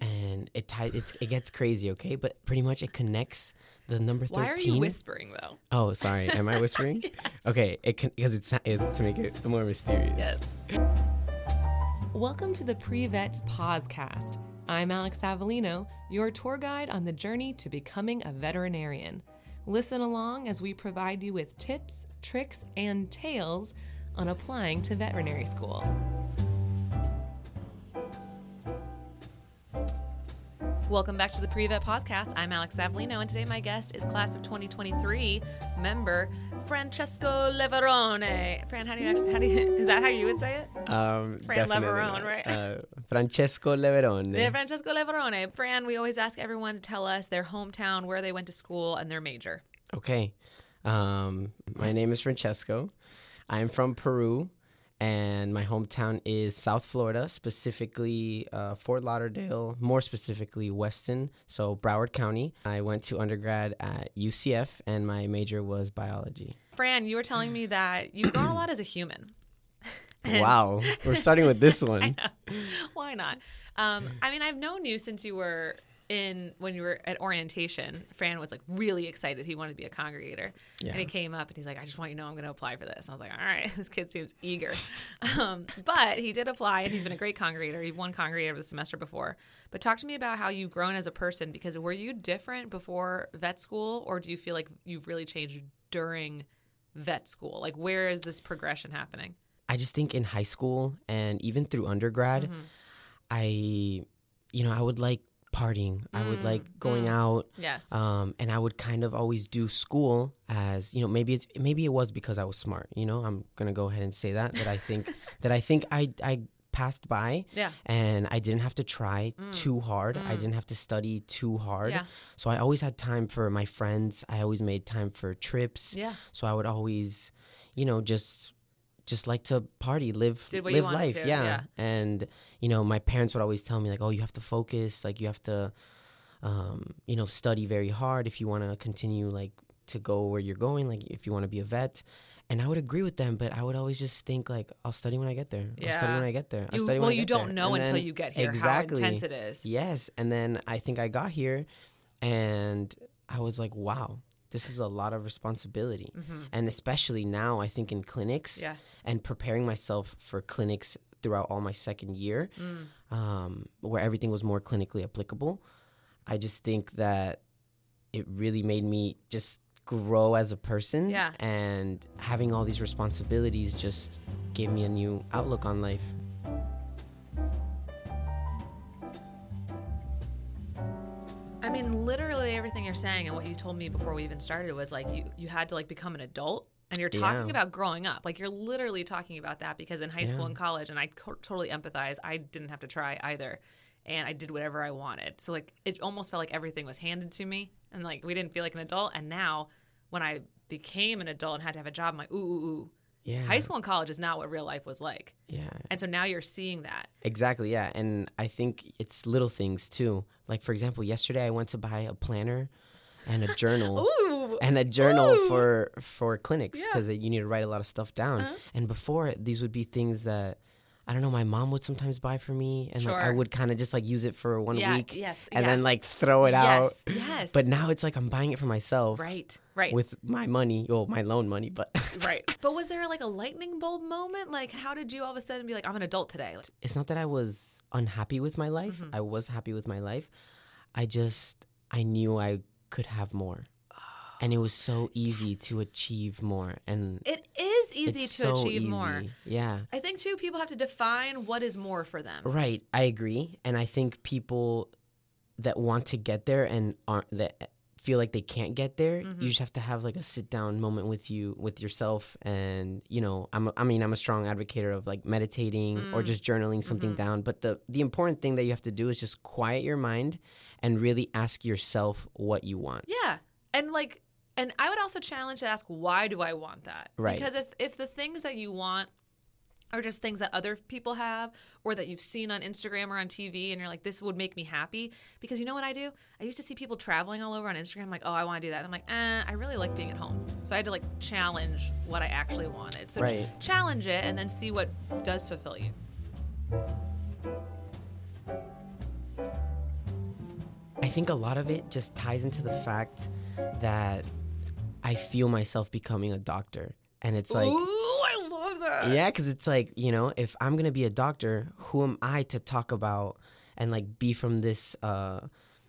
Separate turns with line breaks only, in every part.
and it ties. It's, it gets crazy, okay? But pretty much it connects the number thirteen.
Why are you whispering though?
Oh, sorry. Am I whispering? Okay, it can because it's, it's to make it more mysterious.
Welcome to the Pre Vet Podcast. I'm Alex Avellino, your tour guide on the journey to becoming a veterinarian. Listen along as we provide you with tips, tricks, and tales on applying to veterinary school. Welcome back to the Pre Vet Podcast. I'm Alex Avellino, and today my guest is class of 2023 member Francesco Leverone. Fran, how do you, act- how do you is that how you would say it?
Um,
Fran
definitely
Leverone,
not.
right?
Uh, Francesco Leverone.
Yeah, Francesco Leverone. Fran, we always ask everyone to tell us their hometown, where they went to school, and their major.
Okay. Um, my name is Francesco. I'm from Peru, and my hometown is South Florida, specifically uh, Fort Lauderdale, more specifically Weston, so Broward County. I went to undergrad at UCF, and my major was biology.
Fran, you were telling me that you've grown a lot as a human. And-
Wow. We're starting with this one.
Why not? Um, I mean, I've known you since you were in when you were at orientation. Fran was like really excited; he wanted to be a congregator,
Yeah.
and he came up and he's like, "I just want you to know I'm going to apply for this." And I was like, "All right, this kid seems eager," um, but he did apply, and he's been a great congregator. He won congregator of the semester before. But talk to me about how you've grown as a person because were you different before vet school, or do you feel like you've really changed during? vet school like where is this progression happening
I just think in high school and even through undergrad,
Mhm.
I, you know, I would like partying. I would
Mm,
like going
mm.
out.
yes
Um, and I would kind of always do school as you know maybe it's maybe it was because I was smart you know I'm gonna go ahead and say that that I think that I think I I passed by
yeah
and I didn't have to try
Mm.
too hard I
Mm.
didn't have to study too hard
yeah
so I always had time for my friends I always made time for trips
yeah
so I would always you know just just like to party live
Did what you
live
wanted
life
to,
yeah.
yeah.
and you know my parents would always tell me like oh you have to focus like you have to um, you know study very hard if you want to continue like to go where you're going like if you want to be a vet and I would agree with them but I would always just think like I'll study when I get there I'll study
Yeah.
when I get there I'll
You,
study when
well,
I
you
get
don't
there."
know
And
until
then-
you get here
exactly.
how intense it is.
Yes. And then I think I got here and I was like, wow, this is a lot of responsibility.
Mm-hmm.
And especially now, I think in clinics
Yes.
and preparing myself for clinics throughout all my second year,
Mm.
um, where everything was more clinically applicable, I just think that it really made me just grow as a person.
Yeah.
And having all these responsibilities just gave me a new outlook on life.
I mean, literally everything you're saying and what you told me before we even started was like you you had to like become an adult. And you're talking
Yeah.
about growing up. Like you're literally talking about that because in high school
Yeah.
and college, and I co- totally empathize. I didn't have to try either, and I did whatever I wanted. So like it almost felt like everything was handed to me, and like we didn't feel like an adult. And now, when I became an adult and had to have a job, I'm like ooh ooh ooh.
Yeah.
High school and college is not what real life was like.
Yeah.
And so now you're seeing that.
Exactly, yeah. And I think it's little things too. Like for example, yesterday I went to buy a planner and a journal.
Ooh.
And a journal
Ooh.
for for clinics
Yeah.
because you need to write a lot of stuff down.
Uh-huh.
And before these would be things that I don't know. My mom would sometimes buy for me, and like I
Sure.
would kind of just like use it for one
Yeah,
week,
yes,
and then
yes.
like throw it out.
Yes. Yes.
But now it's like I'm buying it for myself,
right. Right.
With my money, well, my loan money, but
right. But was there like a lightning bulb moment? Like, how did you all of a sudden be like, I'm an adult today? Like,
it's not that I was unhappy with my life.
Mhm.
I was happy with my life. I just I knew I could have more. And it was so easy to
yes.
achieve more and
it is easy
it's
to
so
achieve more.
easy. Yeah.
I think too, people have to define what is more for them.
Right. I agree. And I think people that want to get there and aren't that feel like they can't get there,
Mhm.
you just have to have like a sit down moment with you with yourself and you know, I'm a, I mean, I'm a strong advocate of like meditating or
Mm.
just journaling something
Mhm.
down, but the the important thing that you have to do is just quiet your mind and really ask yourself what you want.
Yeah. And like, and I would also challenge to ask, why do I want that?
Right.
Because if, if the things that you want are just things that other people have or that you've seen on Instagram or on TV and you're like, this would make me happy. Because you know what I do? I used to see people traveling all over on Instagram, like, oh, I want to do that. And I'm like, eh, I really like being at home. So I had to like challenge what I actually wanted. So
Right.
challenge it and then see what does fulfill you.
I think a lot of it just ties into the fact that I feel myself becoming a doctor. And it's like,
Ooh, I love that.
yeah, because it's like, you know, if I'm going to be a doctor, who am I to talk about and like be from this, uh,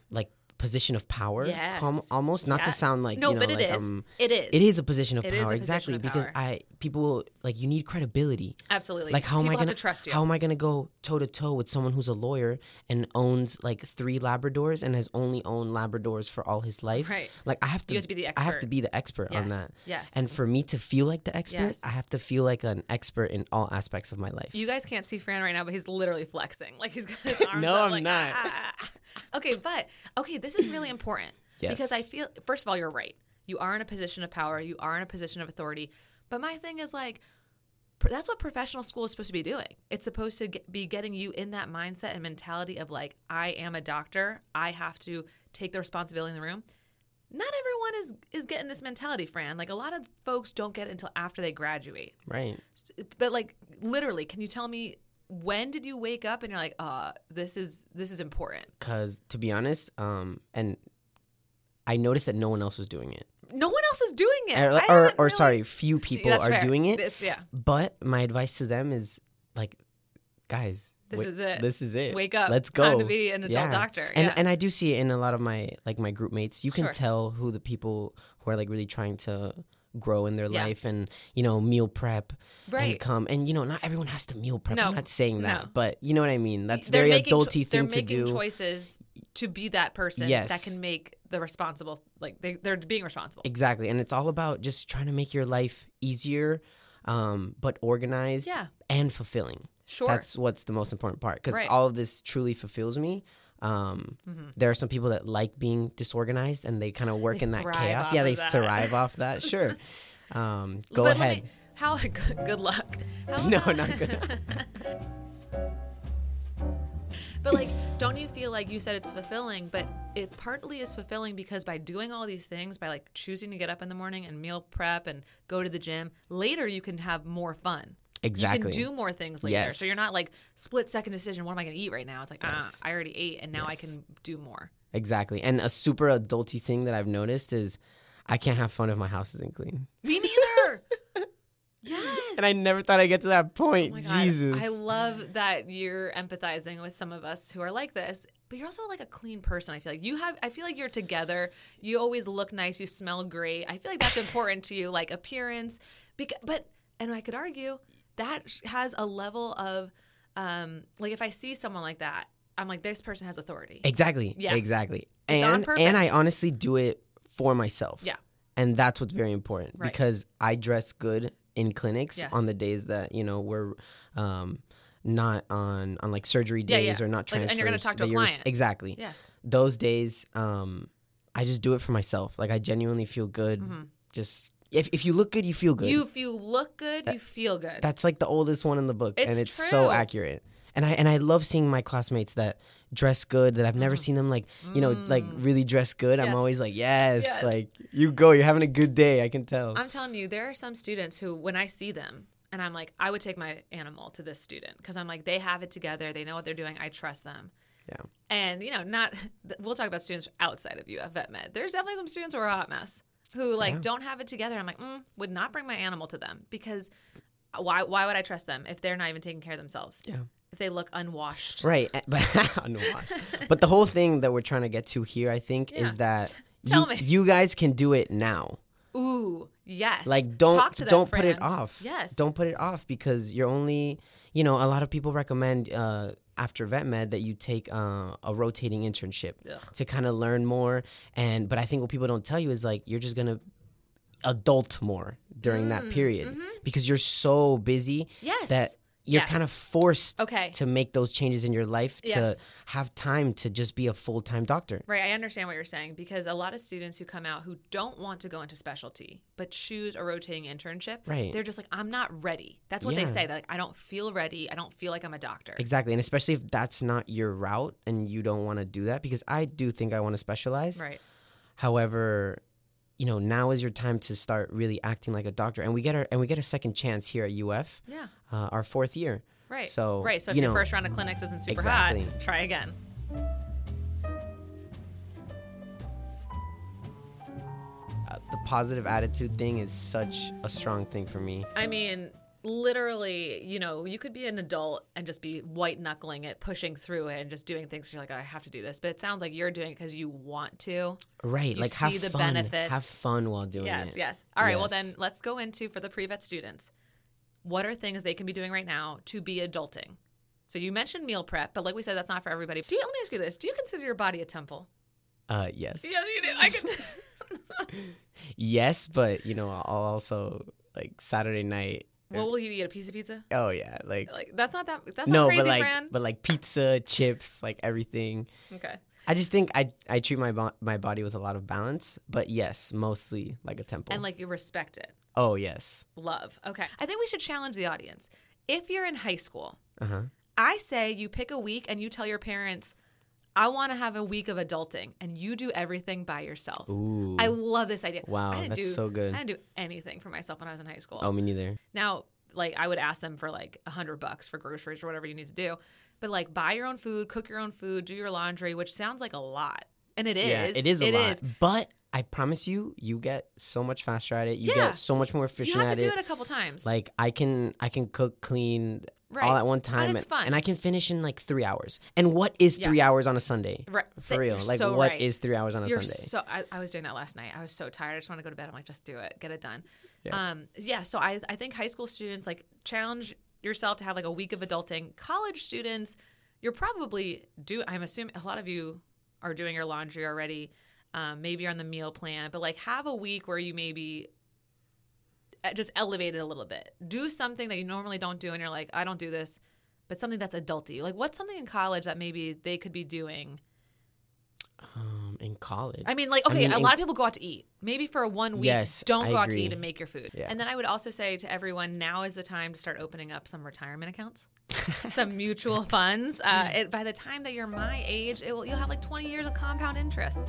like, position of power?
Yes.
almost, not
Yeah.
to sound like,
no,
you know,
but it
like
is.
I'm-
it is.
It is a position of
It is a
power, exactly.
position of
Because
power.
I people will- like you need credibility.
absolutely
Like how am
People
I gonna
have to trust you?
How am I gonna go toe to toe with someone who's a lawyer and owns like three Labradors and has only owned Labradors for all his life?
Right.
Like I have to.
You have to be the
I have
expert.
to be the expert
yes.
on that.
Yes.
And for me to feel like the expert,
Yes.
I have to feel like an expert in all aspects of my life.
You guys can't see Fran right now, but he's literally flexing. Like he's got his arms.
No,
up,
I'm
like,
not.
"Ah, ah, ah." Okay, but okay, this is really important
Yes.
because I feel. First of all, you're right. You are in a position of power. You are in a position of authority. But my thing is like, pr- that's what professional school is supposed to be doing. It's supposed to get, be getting you in that mindset and mentality of like, I am a doctor. I have to take the responsibility in the room. Not everyone is is getting this mentality, Fran. Like a lot of folks don't get it until after they graduate
right.
but like literally can you tell me when did you wake up and you're like uh this is this is important
Because to be honest, um, and I noticed that no one else was doing it,
no one else is doing it
Er, or
I
or,
haven't
or
really-
sorry, few people
That's
are
fair.
doing it.
It's- yeah
But my advice to them is like, guys,
This
wa-
is it.
This is it.
wake up
Eh, Let's
It's time
go.
to be an adult
Yeah.
doctor
And
yeah.
and I do see it in a lot of my like my group mates. You can
Sure.
tell who the people who are like really trying to grow in their
Yeah.
life and you know meal prep and
right
come and you know not everyone has to meal prep.
No.
I'm not saying that,
No.
but you know what I mean. That's
They're
very
making cho-
adulty
they're
thing to
making
do.
choices to be that person
Yes.
that can make the responsible like they, they're being responsible
Exactly, and it's all about just trying to make your life easier, um, but organized
yeah
and fulfilling.
sure
That's what's the most important part because
Right.
all of this truly fulfills me. Um,
Mhm.
There are some people that like being disorganized and they kind of work
They
in that
thrive
chaos.
off
Yeah,
of
they
that.
thrive off that. Sure. Um, go
but
ahead.
let me how good, good luck How
No,
about-
not good.
But like, don't you feel like you said it's fulfilling, but it partly is fulfilling because by doing all these things, by like choosing to get up in the morning and meal prep and go to the gym, later you can have more fun. You
Exactly.
can do more things later.
Yes.
So you're not like split second decision, what am I going to eat right now? It's like, ah,
Yes.
I already ate and now I
Yes.
can do more.
Exactly. And a super adulty thing that I've noticed is I can't have fun if my house isn't clean.
Me neither. yes.
And I never thought I'd get to that point.
Oh my God.
Jesus.
I love that you're empathizing with some of us who are like this, but you're also like a clean person. I feel like you have, I feel like you're together. You always look nice. You smell great. I feel like that's important to you, like appearance. Because, but, and I could argue that sh- has a level of, um, like if I see someone like that, I'm like, this person has authority.
Exactly.
Yes.
Exactly.
It's on
And and I
purpose.
honestly do it for myself.
Yeah.
And that's what's very important
Right.
because I dress good in clinics
Yes.
on the days that, you know, we're um not on on like surgery
Yeah,
days
yeah.
or not
Like,
transfers.
and you're gonna talk to
that
a
you're-
client.
Exactly.
Yes.
Those days um I just do it for myself. Like I genuinely feel good.
Mhm.
Just if if you look good, you feel good.
You, if you look good, you feel good.
That's like the oldest one in the book, and
It's
it's so
true.
accurate. And I and I love seeing my classmates that dress good. That I've never seen them like you know like
Mm-hmm. Mm.
really dress good. I'm
Yes.
always like yes,
Yes.
like you go. You're having a good day. I can tell.
I'm telling you, there are some students who, when I see them, and I'm like, I would take my animal to this student because I'm like, they have it together. They know what they're doing. I trust them.
Yeah.
And, you know, not, th- we'll talk about students outside of UF Vet Med. There's definitely some students who are a hot mess who, like,
Yeah.
don't have it together. I'm like, mm, would not bring my animal to them because uh, why, why would I trust them if they're not even taking care of themselves?
Yeah.
If they look unwashed.
right, eh, but I don't know why. but the whole thing that we're trying to get to here, I think,
Yeah.
is that
Tell
you,
me.
you guys can do it now.
Ooh, yes.
Like don't
Talk to them,
don't put it
Fran.
off.
Yes.
Don't put it off because you're only you know, a lot of people recommend uh after vet med that you take uh, a rotating internship
Ugh.
to kind of learn more and but I think what people don't tell you is like you're just gonna adult more during that
Mm,
period
mhm.
because you're so busy
Yes.
that you're
Yes.
kind of forced
Okay.
to make those changes in your life to
Yes.
have time to just be a full time doctor.
Right, I understand what you're saying because a lot of students who come out who don't want to go into specialty but choose a rotating internship,
Right.
they're just like, I'm not ready. That's what they
Yeah.
say. They're like, I don't feel ready. I don't feel like I'm a doctor.
Exactly. And especially if that's not your route and you don't want to do that, because I do think I want to specialize.
Right.
However, you know, now is your time to start really acting like a doctor. And we get our and we get a second chance here at UF,
Yeah.
uh, our fourth year.
Right.
So,
right. So if
you
your
know,
first round of clinics isn't super
Exactly.
hot, try again.
Uh, positive attitude thing is such a strong thing for me.
I mean, literally, you know, you could be an adult and just be white knuckling it, pushing through it, and just doing things. You're like, I have to do this, but it sounds like you're doing it because you want to.
Right.
You
like
see
have
the
fun.
benefits.
Have fun while doing
yes,
it.
yes. All right. Well,
Yes.
then let's go into for the pre vet students. What are things they can be doing right now to be adulting? So you mentioned meal prep, but like we said, that's not for everybody. Do you, let me ask you this: Do you consider your body a temple?
Uh, yes.
Yes, you do. I can.
Yes, but you know, I'll also like Saturday night.
what will you eat? A piece of pizza?
Oh yeah, like
Like that's not that. That's
no,
not crazy,
but like
Fran.
but like pizza, chips, like everything.
Okay.
I just think I I treat my bo- my body with a lot of balance, but yes, mostly like a temple.
And like you respect it.
oh yes,
Love. Okay. I think we should challenge the audience. If you're in high school,
uh huh.
I say you pick a week and you tell your parents, I want to have a week of adulting, and you do everything by yourself.
Ooh,
I love this idea.
wow,
I didn't
that's
do,
so good.
I didn't do anything for myself when I was in high school.
oh, me neither.
Now, like I would ask them for like a hundred bucks for groceries or whatever you need to do, but like buy your own food, cook your own food, do your laundry, which sounds like a lot, and it is.
yeah, it is a lot, but I promise you, you get so much faster at it. You
Yeah.
get so much more
You
efficient
have to
at
do
it.
it. a couple times.
Like I can I can cook, clean
right.
all at one time,
it's fun.
and I can finish in like three hours. And what is three
Yes.
hours on a Sunday?
Right.
For
Th-
real,
you're
like what
so
is
right.
three hours on a
You're
Sunday?
so. I, I was doing that last night. I was so tired. I just want to go to bed. I'm like, just do it, get it done.
Yeah.
Um. Yeah. So I, I think high school students like challenge yourself to have like a week of adulting. College students, you're probably do. I'm assuming a lot of you are doing your laundry already. Um, maybe you're on the meal plan, but like have a week where you maybe uh, just elevate it a little bit. Do something that you normally don't do, and you're like, I don't do this, but something that's adulty. Like, what's something in college that maybe they could be doing?
um, in college,
I mean, like,
I
okay,
mean,
a
in-
lot of people go out to eat. Maybe for one week,
Yes,
don't
I
go out to
agree.
eat and make your food.
Yeah.
And then I would also say to everyone, now is the time to start opening up some retirement accounts, some mutual funds. Uh, it, by the time that you're my age, it will, you'll have like 20 years of compound interest.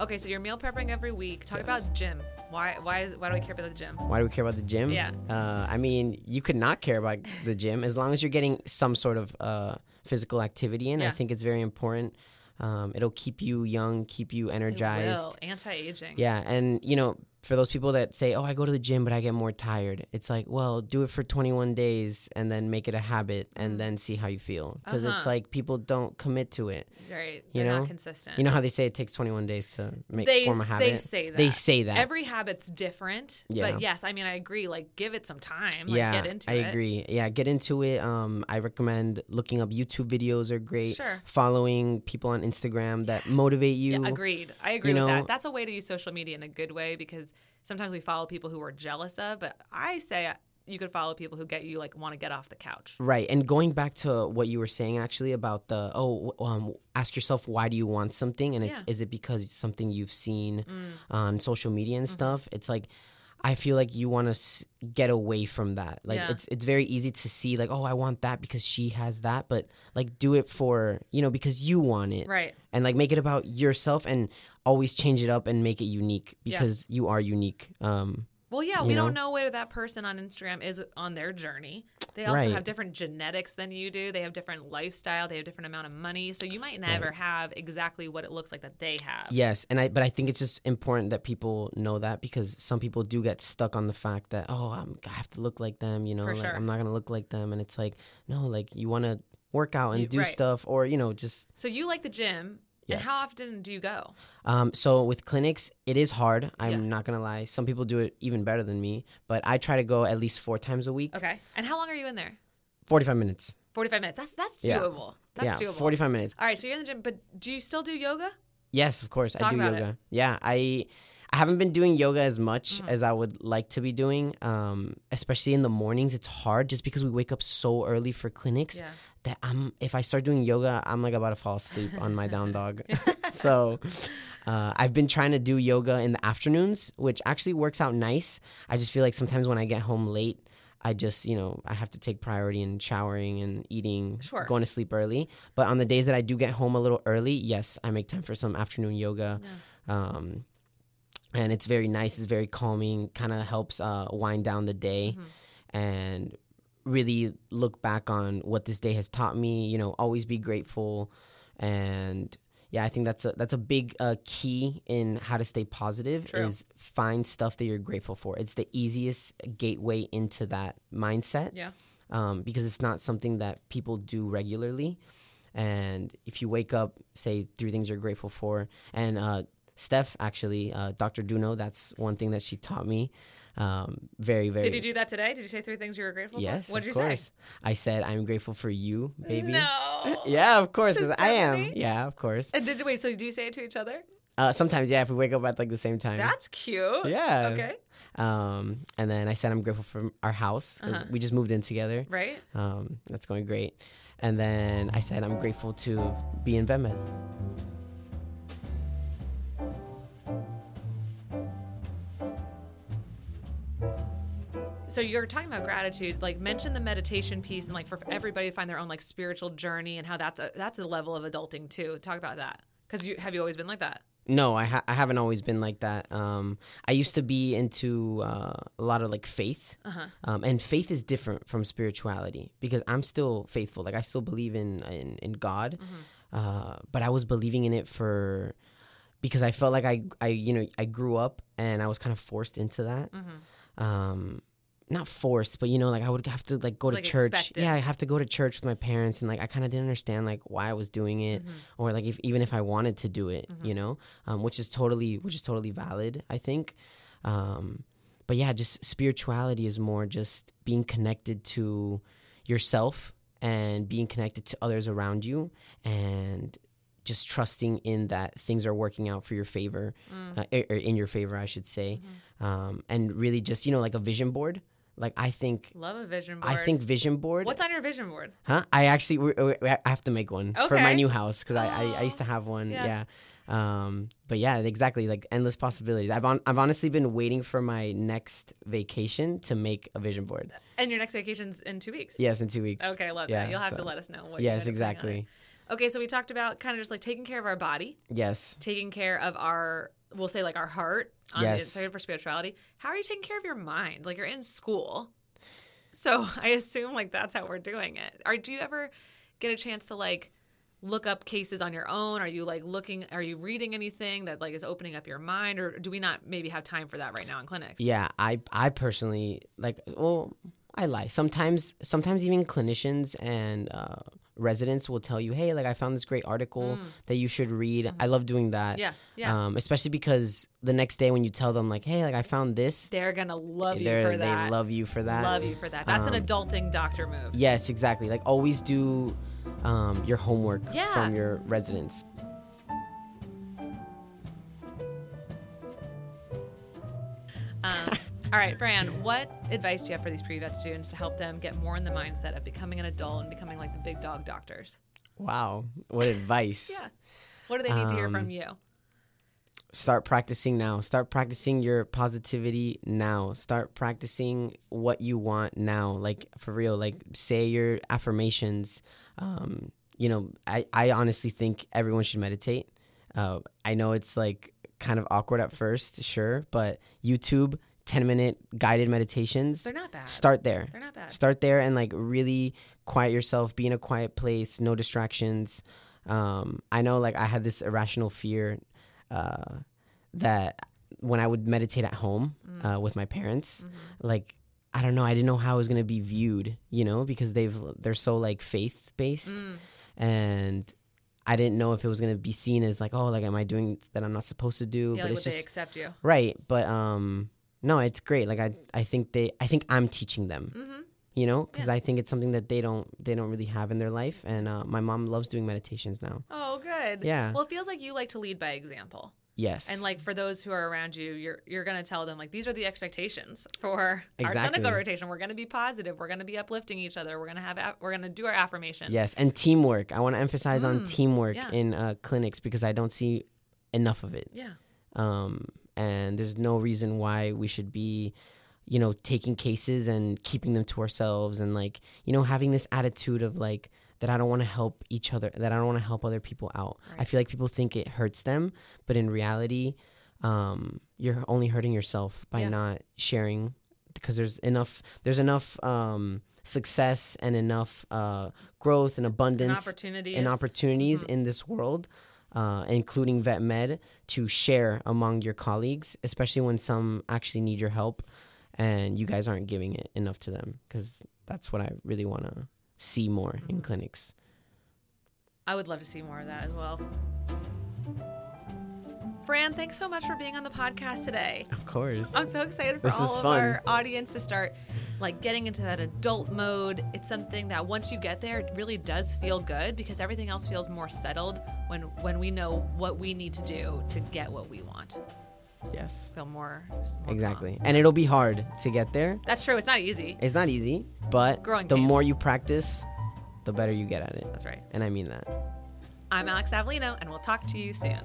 Okay, so you're meal prepping every week. Talk
Yes.
about gym. Why? Why? Is, why do we care about the gym?
Why do we care about the gym?
Yeah.
Uh, I mean, you could not care about the gym as long as you're getting some sort of uh, physical activity in. I
Yeah.
think it's very important. Um, it'll keep you young, keep you
It
energized.
will. Anti-aging.
Yeah, and you know, for those people that say, "Oh, I go to the gym, but I get more tired," it's like, well, do it for 21 days and then make it a habit, and then see how you feel. Because it's
Mm. Uh-huh.
like people don't commit to it.
Right.
You
They're
know?
not consistent.
You know how they say it takes 21 days to make
They
form a
s-
habit.
they say
They
that.
say that.
Every habit's different,
Yeah.
but yes, I mean I agree. Like, give it some time. Like,
yeah,
get into
I
it.
agree. Yeah, get into it. Um, I recommend looking up YouTube videos are great.
Sure.
Following people on Instagram that motivate you.
Yeah, agreed. I agree
you
with
know-
that. That's a way to use social media in a good way because sometimes we follow people who we're jealous of, but I say uh, you could follow people who get you like want to get off the couch.
Right, and going back to what you were saying actually about the oh, w- um, ask yourself why do you want something, and it's
Yeah. Mm.
is it because it's something you've seen on social media
Mm-hmm.
and stuff. It's like I feel like you want to s- get away from that. Like
Yeah.
it's it's very easy to see like oh I want that because she has that, but like do it for you know because you want it,
Right.
and like make it about yourself and always change it up and make it unique
Yeah.
because you are unique. Um,
Well, yeah,
You
we don't know where that person on Instagram is on their journey. They also
Right.
have different genetics than you do. They have different lifestyle. They have different amount of money. So you might never have exactly what it looks like that they have.
Yes, and I but I think it's just important that people know that because some people do get stuck on the fact that oh I'm, I have to look like them, you know,
For
like
sure.
I'm not gonna look like them, and it's like no, like you want to work out and
You-
do
right.
stuff, or you know, just
So you like the gym.
Yes.
And how often do you go?
um. So with clinics, it is hard. I'm
Yeah.
not gonna lie. Some people do it even better than me, but I try to go at least four times a week,
Okay. And how long are you in there?
forty five minutes.
45 minutes. That's that's
Yeah.
doable. That's
yeah,
doable.
forty five minutes.
All right, so you're in the gym, but do you still do yoga?
Yes, of course.
Talk
I do
about it. Mm-hmm.
yoga. Yeah, I I haven't been doing yoga as much as I would like to be doing. Um, especially in the mornings, it's hard just because we wake up so early for clinics
Yeah.
that I'm if I start doing yoga, I'm like about to fall asleep on my down dog. so uh, I've been trying to do yoga in the afternoons, which actually works out nice. I just feel like sometimes when I get home late, I just, you know, I have to take priority in showering and eating,
Sure.
going to sleep early. But on the days that I do get home a little early, yes, I make time for some afternoon yoga. Um, and it's very nice, it's very calming, kind of helps uh, wind down the day
Mm-hmm.
and really look back on what this day has taught me, you know, always be grateful and yeah, I think that's a that's a big uh, key in how to stay positive
True.
is find stuff that you're grateful for. It's the easiest gateway into that mindset
Yeah.
um, because it's not something that people do regularly. And if you wake up, say three things you're grateful for. And uh, Steph, actually, uh, Dr. Duno, that's one thing that she taught me. Um, very, very.
Did you do that today? Did you say three things you were grateful
Yes.
for? What did
of
you
course.
say?
I said, I'm grateful for you, baby.
No.
Yeah, of course,
To
'cause I am.
Stephanie?
Yeah, of course.
And did wait? So do you say it to each other?
Uh, sometimes, yeah, if we wake up at like the same time.
That's cute.
yeah.
Okay.
Um, and then I said I'm grateful for our house 'cause
Uh-huh.
we just moved in together.
Right.
Um, that's going great. And then I said I'm grateful to be in VetMed.
So you're talking about gratitude. Like mention the meditation piece and like for everybody to find their own like spiritual journey and how that's a that's a level of adulting too. Talk about that. Because you have you always been like that?
No, I, ha- I haven't always been like that. Um, I used to be into uh, a lot of like faith,
Uh-huh.
um, and faith is different from spirituality because I'm still faithful. Like I still believe in in, in God,
Mm-hmm.
uh, but I was believing in it for because I felt like I I you know I grew up and I was kind of forced into that.
Mhm.
Um, not forced, but you know, like I would have to like go
It's,
to
like,
church.
expected.
Yeah, I have to go to church with my parents, and like I kind of didn't understand like why I was doing it
Mhm.
or like if even if I wanted to do it,
Mhm.
you know, um, which is totally which is totally valid, I think. Um, but yeah, just spirituality is more just being connected to yourself and being connected to others around you and just trusting in that things are working out for your favor
Mm.
uh, or or in your favor i should say um, and really just you know like a vision board like i think
Love a vision board.
i think vision board
What's on your vision board?
Huh? I actually, we, we, I have to make one for my
Okay.
new house because I, I, I
Aw.
used to have one.
Yeah.
Yeah. Um. But yeah, exactly. Like endless possibilities. I've on, I've honestly been waiting for my next vacation to make a vision board.
And your next vacation's in two weeks.
Yes, in two weeks.
Okay, love
Yeah,
that. You'll have to
so-
let us know what. you
Yes,
had to bring on it.
exactly.
Okay, so we talked about kind of just like taking care of our body,
Yes.
taking care of our we'll say like our heart on
Yes.
the inside for spirituality. How are you taking care of your mind? Like you're in school. So I assume like that's how we're doing it. Are do you ever get a chance to like look up cases on your own? Are you like looking are you reading anything that like is opening up your mind or do we not maybe have time for that right now in clinics?
Yeah. I I personally like. Well, I lie. Sometimes sometimes even clinicians and uh, residents will tell you, hey, like I found this great article that you should read. I love doing that.
Mm. Mm-hmm. Yeah. Yeah.
Um, especially because the next day when you tell them like, hey, like I found this,
They're gonna love you
They're-
for
they
that.
love you for that.
Love you for that. That's an
Um,
adulting doctor move.
Yes, exactly. Like always do um, your homework
Yeah.
from your residents.
Um, all right, Fran, what advice do you have for these pre-vet students to help them get more in the mindset of becoming an adult and becoming like the big dog doctors?
Wow, what advice!
Yeah. What do they need to hear from
Um,
you?
Start practicing now. Start practicing your positivity now. Start practicing what you want now. Like for real. Like say your affirmations. Um, you know, I I honestly think everyone should meditate. Uh, I know it's like kind of awkward at first, sure, but YouTube ten minute guided meditations.
They're not bad.
Start there.
They're not bad.
start there and like really quiet yourself be in a quiet place no distractions um i know like i had this irrational fear uh that when i would meditate at home
Mm.
uh, with my parents
Mm-hmm.
like i don't know i didn't know how it was going to be viewed you know because they've they're so like faith based
Mm,
and i didn't know if it was going to be seen as like oh like am i doing that i'm not supposed to do
yeah,
but
like
it's
would they
just
accept you?
right but um no it's great like i i think they i think i'm teaching them
hmm
you know because i think it's something that they don't they don't really have in their life and uh, my mom loves doing meditations now
Oh, good.
Yeah.
Well, it feels like you like to lead by example,
yes
and like for those who are around you, you're you're gonna tell them like these are the expectations for our
Exactly.
clinical rotation. We're gonna be positive. We're gonna be uplifting each other. We're gonna have a- we're gonna do our affirmations.
yes and teamwork i want to emphasize on
Mm,
teamwork
yeah.
in uh, clinics because i don't see enough of it
Yeah.
um, and there's no reason why we should be you know taking cases and keeping them to ourselves and like you know having this attitude of like that i don't want to help each other that i don't want to help other people out i
Right.
feel like people think it hurts them but in reality um, you're only hurting yourself by
Yeah.
not sharing because there's enough there's enough um, success and enough uh, growth and
An
abundance
opportunity.
and
is-
opportunities
Mhm.
in this world uh, including vet med, to share among your colleagues, especially when some actually need your help and you guys aren't giving it enough to them because that's what I really want to see more in clinics.
I would love to see more of that as well. Fran, thanks so much for being on the podcast today.
Of course.
I'm so excited for
This was
all of
fun.
our audience to start like getting into that adult mode. It's something that once you get there, it really does feel good because everything else feels more settled when when we know what we need to do to get what we want.
yes.
Feel more, just more calm.
Exactly. And it'll be hard to get there.
That's true. It's not easy.
It's not easy, but
Growing
the
pains.
more you practice, the better you get at it.
That's right.
And I mean that.
I'm Alex Avellino, and we'll talk to you soon.